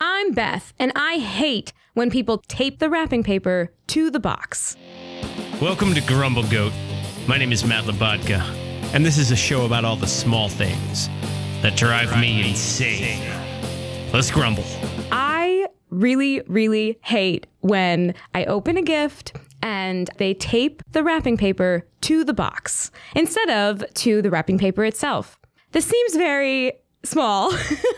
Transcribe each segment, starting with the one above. I'm Beth, and I hate when people tape the wrapping paper to the box. Welcome to Grumble Goat. My name is Matt Labodka, and this is a show about all the small things that drive me insane. Let's grumble. I really, really hate when I open a gift and they tape the wrapping paper to the box instead of to the wrapping paper itself. This seems very small,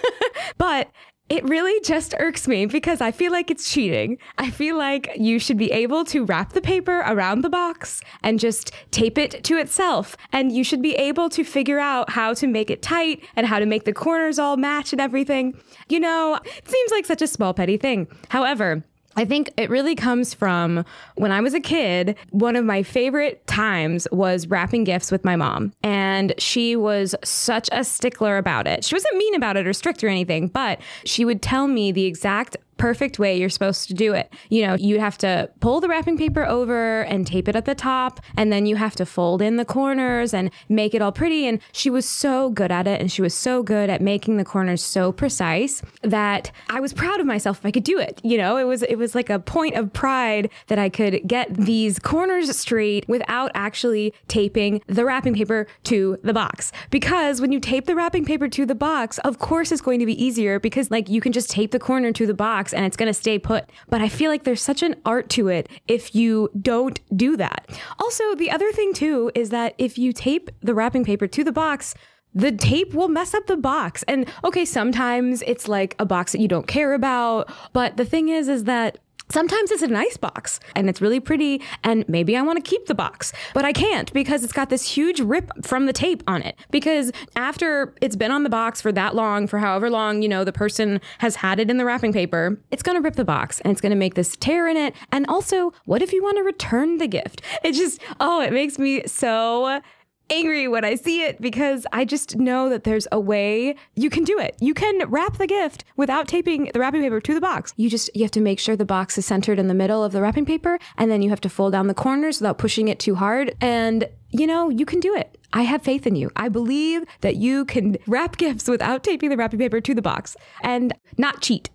but it really just irks me because I feel like it's cheating. I feel like you should be able to wrap the paper around the box and just tape it to itself. And you should be able to figure out how to make it tight and how to make the corners all match and everything. You know, it seems like such a small, petty thing. However, I think it really comes from when I was a kid. One of my favorite times was wrapping gifts with my mom, and she was such a stickler about it. She wasn't mean about it or strict or anything, but she would tell me the exact perfect way you're supposed to do it. You know, you have to pull the wrapping paper over and tape it at the top, and then you have to fold in the corners and make it all pretty. And she was so good at it, and she was so good at making the corners so precise that I was proud of myself if I could do it. You know, it was it was like a point of pride that I could get these corners straight without actually taping the wrapping paper to the box. Because when you tape the wrapping paper to the box, of course it's going to be easier because like you can just tape the corner to the box and it's going to stay put. But I feel like there's such an art to it if you don't do that. Also, the other thing too is that if you tape the wrapping paper to the box, the tape will mess up the box. And okay, sometimes it's like a box that you don't care about, but the thing is is that Sometimes it's a nice box and it's really pretty, and maybe I want to keep the box, but I can't because it's got this huge rip from the tape on it. Because after it's been on the box for that long, for however long, you know, the person has had it in the wrapping paper, it's going to rip the box and it's going to make this tear in it. And also, what if you want to return the gift? It just, oh, it makes me so angry when I see it because I just know that there's a way you can do it. You can wrap the gift without taping the wrapping paper to the box. You just you have to make sure the box is centered in the middle of the wrapping paper and then you have to fold down the corners without pushing it too hard and you know, you can do it. I have faith in you. I believe that you can wrap gifts without taping the wrapping paper to the box and not cheat.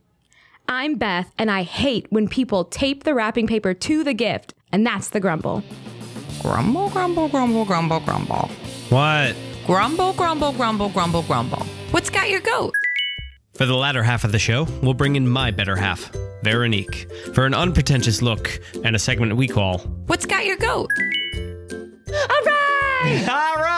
I'm Beth and I hate when people tape the wrapping paper to the gift and that's the grumble. Grumble, grumble, grumble, grumble, grumble. What? Grumble, grumble, grumble, grumble, grumble. What's got your goat? For the latter half of the show, we'll bring in my better half, Veronique, for an unpretentious look and a segment we call What's got your goat? All right. All right.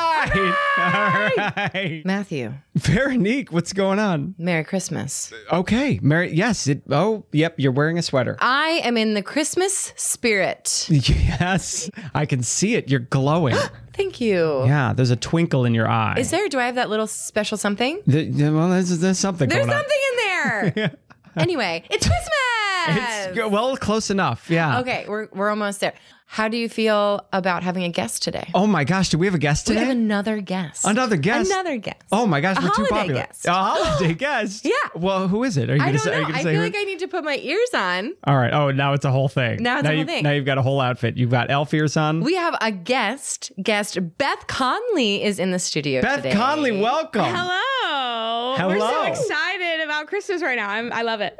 All right. Matthew, Veronique, what's going on? Merry Christmas. Okay, Mary. Yes. It, oh, yep. You're wearing a sweater. I am in the Christmas spirit. Yes, I can see it. You're glowing. Thank you. yeah, there's a twinkle in your eye. Is there, do I have that little special something? Th- th- well, there's, there's something There's going something in there. Anyway, it's on. Christmas. It's go- well close enough. Yeah. okay, we're, we're almost there. How do you feel about having a guest today? Oh my gosh, do we have a guest We today? have another guest. Another guest. Another guest. Oh my gosh, A we're too holiday popular. guest. A holiday guest. Yeah. Well, who is it? Are you I gonna don't say? Are know. you gonna I say feel who? like I need to put my ears on. All right. Oh, now it's a whole thing. Now it's a whole you- thing. Now you've got a whole outfit. You've got elf ears on. We have a guest. Guest Beth Conley is in the studio. Beth today. Conley, welcome. Oh. Hello. We're so Hello. excited about Christmas right now. I'm, I love it.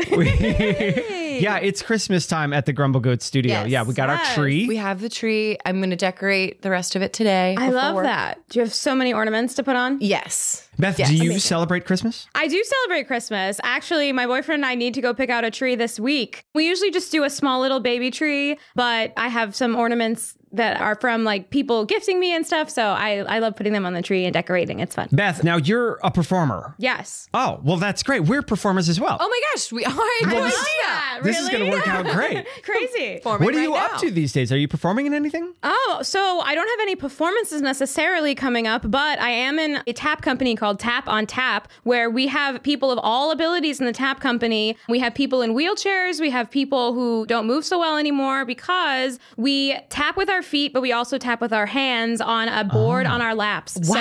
yeah, it's Christmas time at the Grumble Goat Studio. Yes. yeah, we got Yes. our tree. We have the tree. I'm going to decorate the rest of it today. I before love work. that. Do you have so many ornaments to put on? Yes. Beth, Yes. do you Amazing. celebrate Christmas? I do celebrate Christmas. Actually, my boyfriend and I need to go pick out a tree this week. We usually just do a small little baby tree, but I have some ornaments that are from like people gifting me and stuff. So I, I love putting them on the tree and decorating. It's fun. Beth, now you're a performer. Yes. Oh, well, that's great. We're performers as well. Oh my gosh. We are. Well, I this- Yeah, this is going to work out great. Crazy. what are you up to these days? Are you performing in anything? Oh, so I don't have any performances necessarily coming up, but I am in a tap company called Tap on Tap, where we have people of all abilities in the tap company. We have people in wheelchairs, we have people who don't move so well anymore because we tap with our feet, but we also tap with our hands on a board on our laps. Wow.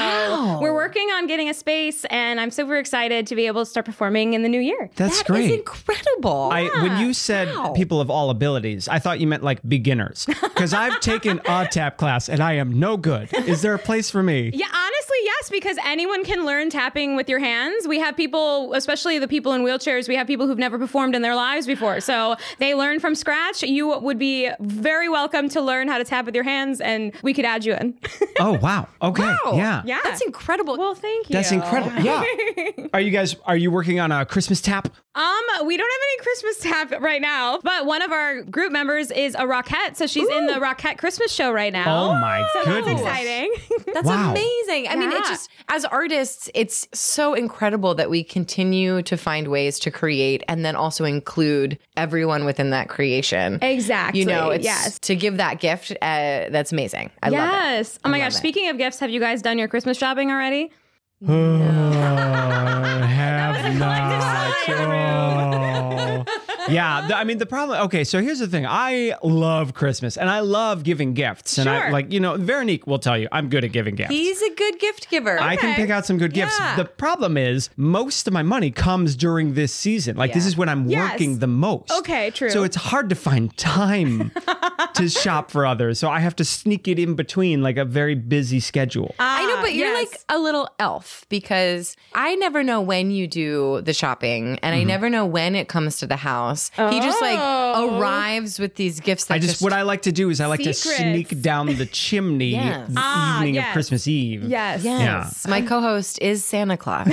So we're working on getting a space, and I'm super excited to be able to start performing in the new year. That's That great. is incredible. I, when you said Wow. people of all abilities, I thought you meant like beginners because I've taken a tap class and I am no good. Is there a place for me? Yeah, honestly, Actually, yes, because anyone can learn tapping with your hands. We have people, especially the people in wheelchairs, we have people who've never performed in their lives before. So they learn from scratch. You would be very welcome to learn how to tap with your hands, and we could add you in. Oh wow. Okay. Yeah. yeah. That's incredible. Well, thank you. That's incredible. Yeah. are you guys are you working on a Christmas tap? Um, we don't have any Christmas tap right now, but one of our group members is a Rockette, so she's in the Rockette Christmas show right now. Oh my so goodness. That's exciting. That's Wow. amazing. I mean, it Yeah. just as artists, it's so incredible that we continue to find ways to create and then also include everyone within that creation. Exactly. You know, it's yes. to give that gift. Uh, that's amazing. I love it. Yes. Oh my love gosh. it. Speaking of gifts, have you guys done your Christmas shopping already? Oh, have That was a not. Oh. yeah, the- I mean the problem. Okay, so here's the thing. I love Christmas and I love giving gifts. And I Sure. like you know, Veronique will tell you I'm good at giving gifts. He's a good gift giver. I can okay. pick out some good gifts. Yeah. The problem is most of my money comes during this season. Like this Yeah. is when I'm Yes. working the most. Okay, true. So it's hard to find time to shop for others. So I have to sneak it in between like a very busy schedule. Ah, I know, but you're yes. like a little elf because I never know when you do the shopping and I Mm-hmm. never know when it comes to the house. He just like Oh. arrives with these gifts that I just, what I like to do is I like to Secrets. sneak down the chimney Yes. the Ah, evening yes. of Christmas Eve. Yes. Yes. My co host is Santa Claus.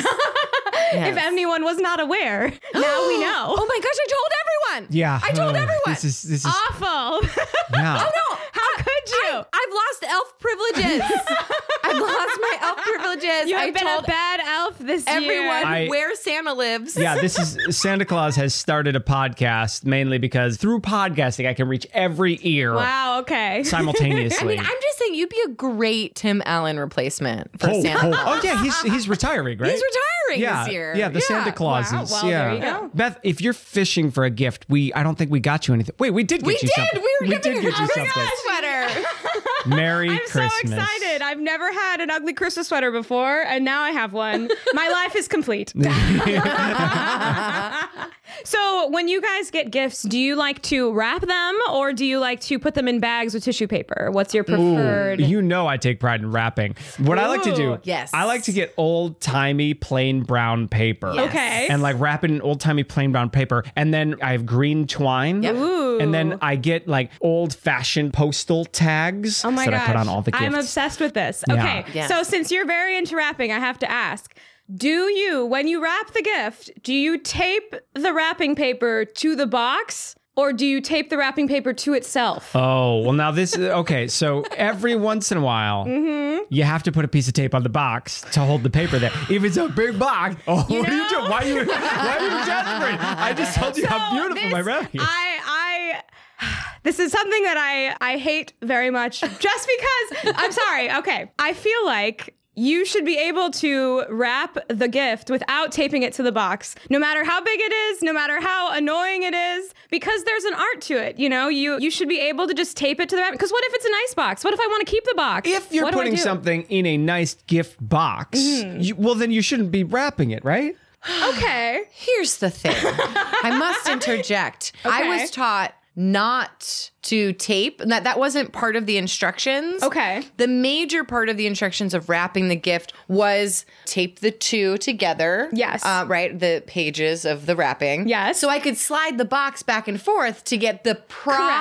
If anyone was not aware, now we know. Oh my gosh, I told everyone. Yeah. I told Oh, everyone. Uh, This is this is Awful. yeah. no. How could you? I've lost elf privileges. I've lost my elf privileges. You have I been told a bad elf this year. everyone I- where Santa lives. yeah, this is Santa Claus has started a podcast mainly because through podcasting I can reach every ear Wow. Okay. simultaneously. I mean, I'm just saying you'd be a great Tim Allen replacement for Oh, Santa. oh, Claus. oh, yeah, he's he's retiring, right? He's retiring yeah, this year. Yeah, the Santa Clauses. Wow, well, yeah. there you go. Beth, if you're fishing for a gift, we I don't think we got you anything. Wait, we did get We you did. something. We were did giving Oh get her you a something. sweater. Merry I'm so Christmas. excited. I've never had an ugly Christmas sweater before, and now I have one. My life is complete. so, when you guys get gifts, do you like to wrap them or do you like to put them in bags with tissue paper? What's your preferred? You know I take pride in wrapping. What I like to do, Ooh. Yes. I like to get old timey plain brown paper. Yes. Okay. And like wrap it in old timey plain brown paper. And then I have green twine. Yep. Ooh. And then I get like old fashioned postal tags Oh my that gosh. I put on all the gifts. I'm obsessed with this. Yeah. Okay. Yes. So since you're very into wrapping, I have to ask, do you when you wrap the gift, do you tape the wrapping paper to the box or do you tape the wrapping paper to itself? Oh, well, now this is okay. So every once in a while, Mm-hmm. you have to put a piece of tape on the box to hold the paper there. If it's a big box, oh, what are you doing? Why are you, why are you desperate? I just told you how So beautiful Oh, this- my wrapping is. I I this is something that I I hate very much just because I'm sorry. Okay. I feel like you should be able to wrap the gift without taping it to the box, no matter how big it is, no matter how annoying it is, because there's an art to it. You know, you you should be able to just tape it to the wrap. Because what if it's an ice box? What if I want to keep the box? If you're What do Mm-hmm. I putting do? something in a nice gift box, you, well, then you shouldn't be wrapping it, right? okay, Here's the thing. I must interject. I Okay. was taught not to tape. and That that wasn't part of the instructions. Okay. The major part of the instructions of wrapping the gift was tape the two together. Yes. Uh, right. The pages of the wrapping. Yes. So I could slide the box back and forth to get the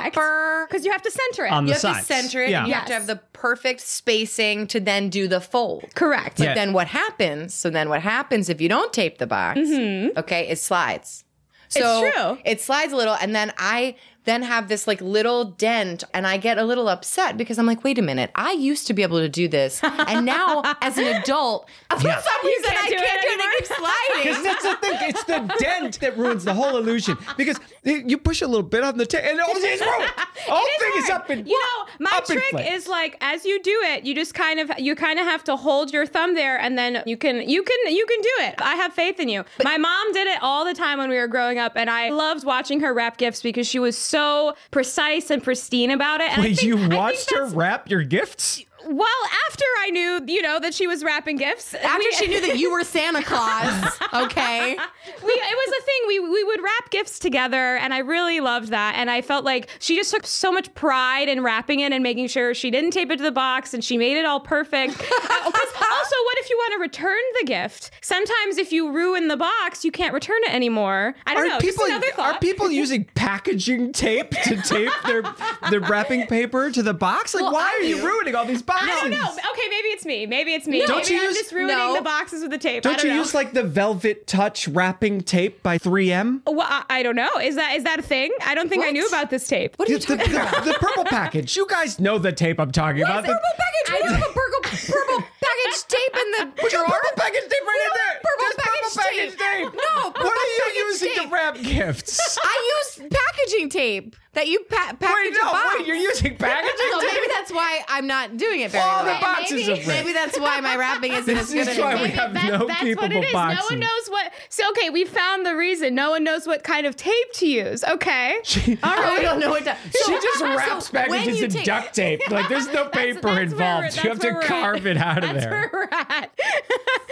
proper. because you have to center it. On You the have sides. to center it. Yeah. And you have to have Yes. the perfect spacing to then do the fold. Correct. Yeah. But then what happens? So then what happens if you don't tape the box? Okay, it slides. So true. It slides a little, and then I then have this like little dent, and I get a little upset because I'm like, wait a minute, I used to be able to do this, and now as an adult, for Yeah. some You reason can't I do it can't do it. It keeps sliding. Because that's the thing. It's the dent that ruins the whole illusion. Because you push a little bit on the tape, and all it's ruined. All It is thing is hard. up in you know my up in trick flames. is like as you do it you just kind of you kind of have to hold your thumb there and then you can you can you can do it i have faith in you my mom did it all the time when we were growing up and i loved watching her wrap gifts because she was so precise and pristine about it and I Wait, think- I you think watched her that's- wrap your gifts? well after i knew you know that she was wrapping gifts After we- she knew that you were Santa Claus, okay. we it was a thing we we would wrap gifts together and i really loved that and i felt like she just took so much pride in wrapping it and making sure she didn't tape it to the box and she made it all perfect because also, what if you want to return the gift? Sometimes if you ruin the box, you can't return it anymore. I don't know. people Oh, just another thought. are people using packaging tape to tape their their wrapping paper to the box? Like, why are you ruining all these boxes? I don't know. Okay, maybe it's me. Maybe it's me. Don't maybe you I'm use- just ruining No. the boxes with the tape. I Don't don't you know. use like the Velvet Touch wrapping tape by 3M? well, I, I don't know. Is that is that a thing? I don't think I What? knew about this tape. What are you It's the, talking about? the, the purple package. You guys know the tape I'm talking about. The- Purple package. We don't have a purple, purple package tape in the We got drawer. purple package tape right in there. purple There's package tape. No, purple what are you package using to tape. wrap gifts? I use packaging tape that you pa- package wait, no, a box. wait. You're using packaging so tape. maybe that's why I'm not doing it very all well. the boxes maybe- are wrapped. Maybe that's why my wrapping isn't as good This as is it why we is. have no that's keepable what it is. No boxes. one knows what. So okay, we found the reason. No one knows what kind of tape to use. Okay. All Oh, we don't know what to. She just wraps so when packages you in take- duct tape. Like there's no paper that's where we're- involved. that's You have where to we're at. carve it out of That's there. where we're at.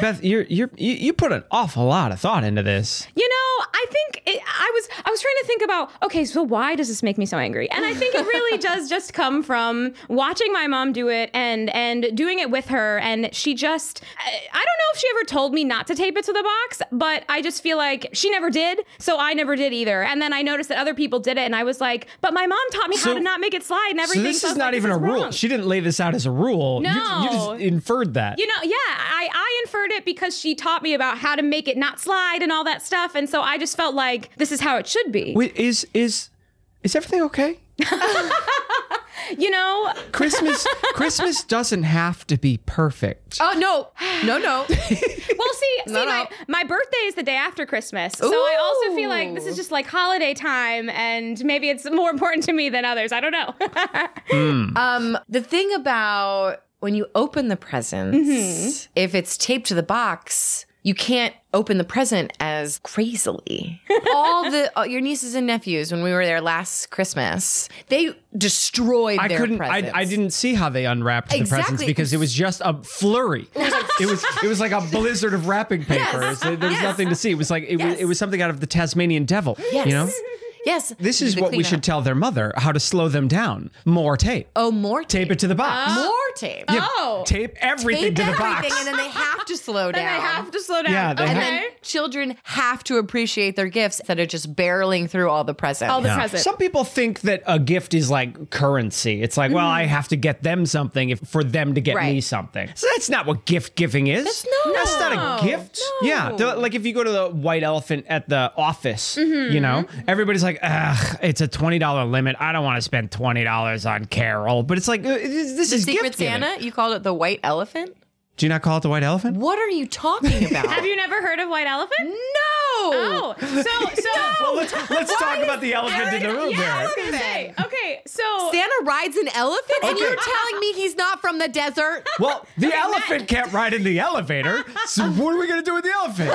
Beth, you're, you're, you you put an awful lot of thought into this. You know, I think it, I was I was trying to think about okay, so why does this make me so angry? And I think it really does just come from watching my mom do it and and doing it with her, and she just I, I don't know if she ever told me not to tape it to the box, but I just feel like she never did, so I never did either. And then I noticed that other people did it, and I was like, but my mom taught me So- how to not make it slide and So everything. this I is was not like, even a is rule. wrong. She didn't lay this out as a rule. You- You, No. just inferred that. You know, yeah, I, I inferred it because she taught me about how to make it not slide and all that stuff. And so I just felt like this is how it should be. Wait, is is is everything okay? you know, Christmas Christmas doesn't have to be perfect. Oh no, no, no. well, see, see, No, no. my, my birthday is the day after Christmas. So I also feel like this is Ooh. just like holiday time and maybe it's more important to me than others. I don't know. Um, the thing about when you open the presents, Mm-hmm. if it's taped to the box, you can't open the present as crazily. All the all your nieces and nephews when we were there last Christmas, they destroyed I their couldn't. I, presents. I didn't see how they unwrapped the presents Exactly. because it was just a flurry. It was. It was like a blizzard of wrapping paper. It was- There was nothing to see. It was like it, was, Yes. it was something out of the Tasmanian Devil. Yes. You know. Yes. This is The what we cleanup. should tell their mother how to slow them down. More tape. Oh, more tape. Tape it to the box. More tape. Yeah, Oh. Tape everything Tape to the everything, box. and then they have to slow down. and I have to slow down. Yeah, they okay. have- And then children have to appreciate their gifts that are just barreling through all the presents. all the Yeah. presents. Some people think that a gift is like currency. It's like, well, I have to get them something if, for them to get me Mm-hmm. Right. something. So that's not what gift giving is. That's, no. not a gift. Yeah. the- like if you go to the white elephant at the office, Mm-hmm. you know, everybody's like, ugh, it's a $20 limit. I don't want to spend $20 on Carol. But it's like, uh, this, this is Secret gift giving. Santa, you called it the white elephant? Do you not call it the white elephant? What are you talking about? have you never heard of White Elephant? No. Oh, so, so. Well, let's let's talk about the elephant in the room yeah, I there. was gonna say. Okay, so Santa rides an elephant and Okay. you're telling me he's not from the desert? Well, the elephant can't ride in the elevator. So what are we gonna do with the elephant?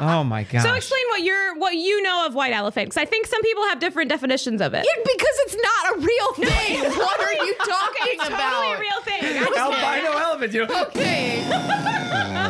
oh my god. So explain what you're what you know of white elephant because I think some people have different definitions of it. Because it's not a real thing. what are you talking it's about? totally a real thing. I just- albino elephant, you know. Okay.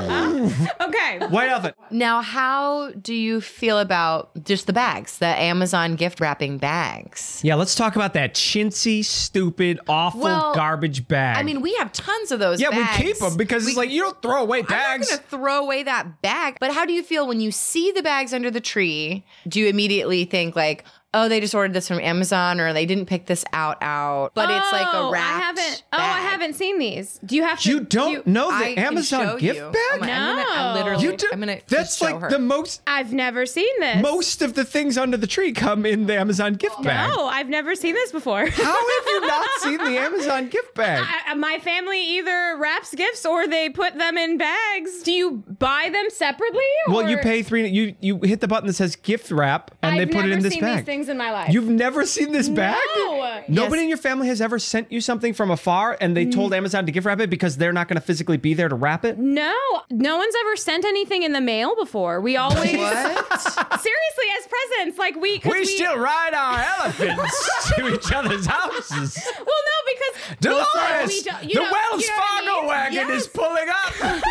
okay. White elephant. Now, how do you feel about just the bags, the Amazon gift wrapping bags? Yeah, let's talk about that chintzy, stupid, awful Well, garbage bag. I mean, we have tons of those. yeah, bags. we keep them because We- it's like you don't throw away bags. I'm not gonna throw away that bag. But how do you feel when you see the bags under the tree? Do you immediately think like, oh, they just ordered this from Amazon or they didn't pick this out out? But it's like Oh, a wrap. I haven't. Oh, I haven't seen these. Do you have? To, You don't know Oh, the I can show Amazon gift you. bag. I'm, gonna- I'm gonna, I'm No. literally. you do. I'm gonna. just That's show like her. the most. I've never seen this. Most of the things under the tree come in the Amazon gift bag. No, I've never seen this before. How have you not seen the Amazon gift bag? I, my family either wraps gifts or they put them in bags. Do you buy them separately? Well, you or- pay three. You you hit the button that says gift wrap, and I've they put it never in this seen bag. These things in my life. You've never seen this bag. No. Nobody Yes. in your family has ever sent you something from afar, and they told Amazon to gift wrap it because they're not going to physically be there to wrap it. Mm. No, no one's ever sent anything in the mail before. We always What? seriously as presents, like we 'cause We, still ride our elephants to each other's houses. Well, no, because Dolores, Well, so we don't- you the know- Wells you know what I Fargo mean? wagon Yes. is pulling up.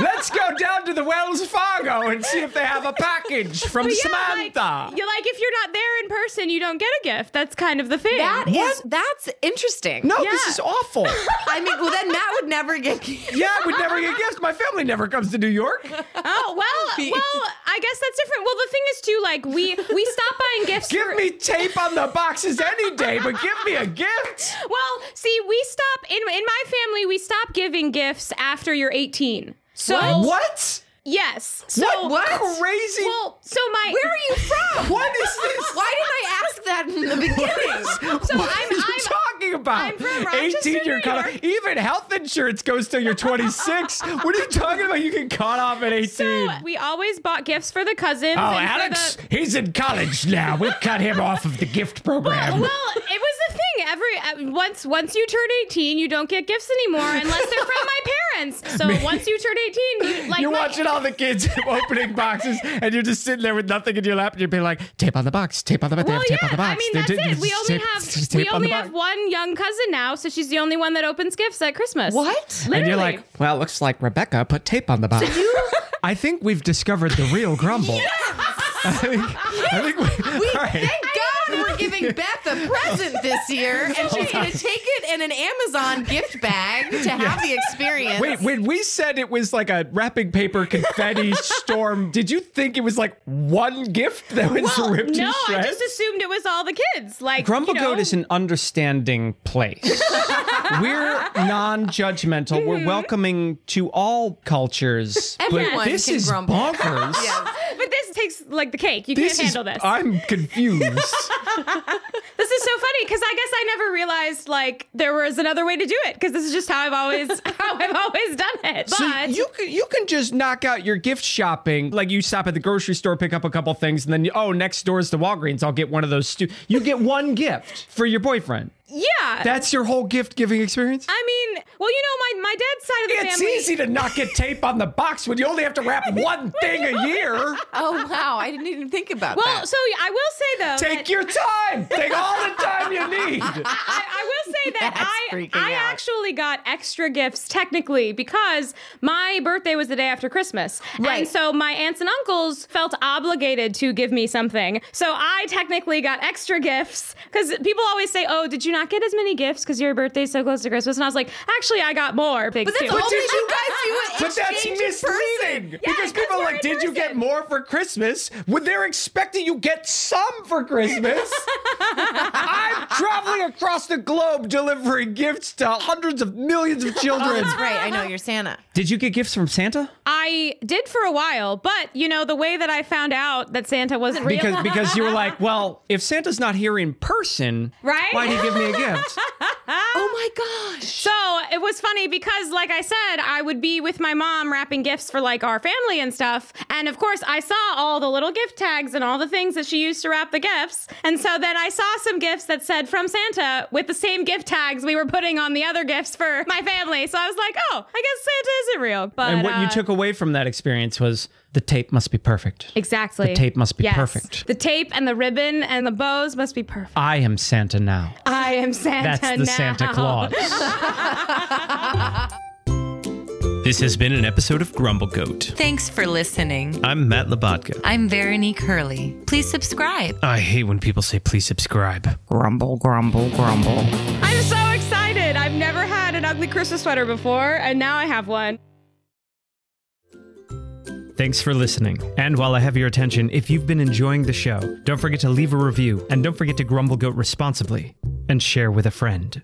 Let's go down to the Wells Fargo and see if they have a package from But yeah, Samantha. Like, you're like if you're not there in person, you don't get a gift. That's kind of the thing. That is that's interesting. no, this yeah. is awful. I mean, well then Matt would never get. yeah, I would never get gifts. My family never comes to New York. oh well, well, I guess that's different. Well, the thing is too, like we we stop buying gifts. Give for- me tape on the boxes any day, but give me a gift. Well, see, we stop in in my family. We stop giving gifts after you're 18. So What? yes, so what? Crazy. Well, so my Where are you from? What is this? Why didn't I ask that in the beginning? So what I'm are you I'm talking about? I'm from Rochester, 18 year New cut off. York. Even health insurance goes till you're 26. what are you talking about? You get cut off at 18. so we always bought gifts for the cousins. Oh, and for Alex, the- he's in college now. We'll cut him off of the gift program. Well, it was the thing. Every uh, once once you turn eighteen, you don't get gifts anymore unless they're from my parents. So once you turn eighteen, you like you're my- watching all the kids opening boxes, and you're just sitting there with nothing in your lap, and you're being like, "Tape on the box, tape on the box, Well, they yeah. have tape on the I box." mean, They that's did- it. We only tape- have tape we on the only have box." one young cousin now, so she's the only one that opens gifts at Christmas. What? Literally. And you're like, "Well, it looks like Rebecca put tape on the box." I think we've discovered the real grumble. I think, I think we, all right. Thank God we're giving Beth a present this year, and she's going to take it in an Amazon gift bag to have the experience. Wait, when we said it was like a wrapping paper confetti storm, did you think it was like one gift that was ripped no, to I shreds? just assumed it was all the kids. Like Grumble you know, Goat is an understanding place. We're non judgmental. Mm-hmm. We're welcoming to all cultures. but Everyone this can is grumble. bonkers. But this takes like the cake. You This can't is, handle this. I'm confused. this is so funny because I guess I never realized like there was another way to do it because this is just how I've always how I've always done it. But So you can you can just knock out your gift shopping. Like you stop at the grocery store, pick up a couple things, and then you, oh, next door is the Walgreens. I'll get one of those. Stu- you get one gift for your boyfriend. yeah, That's your whole gift giving experience. I mean, well, you know, my my dad's side of the it's family. easy to not get tape on the box when you only have to wrap one thing a year. Oh wow, I didn't even think about Well, that. so I will say though, that- Take your time. Take all the time you need. I, I will say That's that I, freaking I out. actually got extra gifts technically because my birthday was the day after Christmas. Right. And so my aunts and uncles felt obligated to give me something. So I technically got extra gifts because people always say, oh, did you not get as many gifts because your birthday's so close to Christmas? And I was like, actually, I got more. Big but that's too. only did you- because you But that's exchanged in misleading person. because 'cause people are we're like, in did you get person." more for Christmas? When they're expecting you get some for Christmas. I'm traveling across the globe delivering gifts to hundreds of millions of children. That's right. I know you're Santa. Did you get gifts from Santa? I did for a while, but you know, the way that I found out that Santa wasn't real. Because because you were like, well, if Santa's not here in person, Right? why'd he give me a gift? Oh my gosh. So it was funny because, like I said, I would be with my mom wrapping gifts for like our family and stuff. And of course, I saw all the little gift tags and all the things that she used to wrap the gifts. And so then I saw some gifts that said from Santa with the same gift tags we were putting on the other gifts for my family. So I was like, oh, I guess Santa isn't real. But and what uh, you took away from that experience was the tape must be perfect. exactly The tape must be perfect. The tape and the ribbon and the bows must be perfect. I am Santa now. I am Santa Oh, That's the now. Santa Claus. This has been an episode of Grumble Goat. Thanks for listening. I'm Matt Labatka. I'm Veronique Hurley. Please subscribe. I hate when people say please subscribe. Grumble, grumble, grumble. I'm so excited. I've never had an ugly Christmas sweater before, and now I have one. Thanks for listening. And while I have your attention, if you've been enjoying the show, don't forget to leave a review and don't forget to grumble goat responsibly and share with a friend.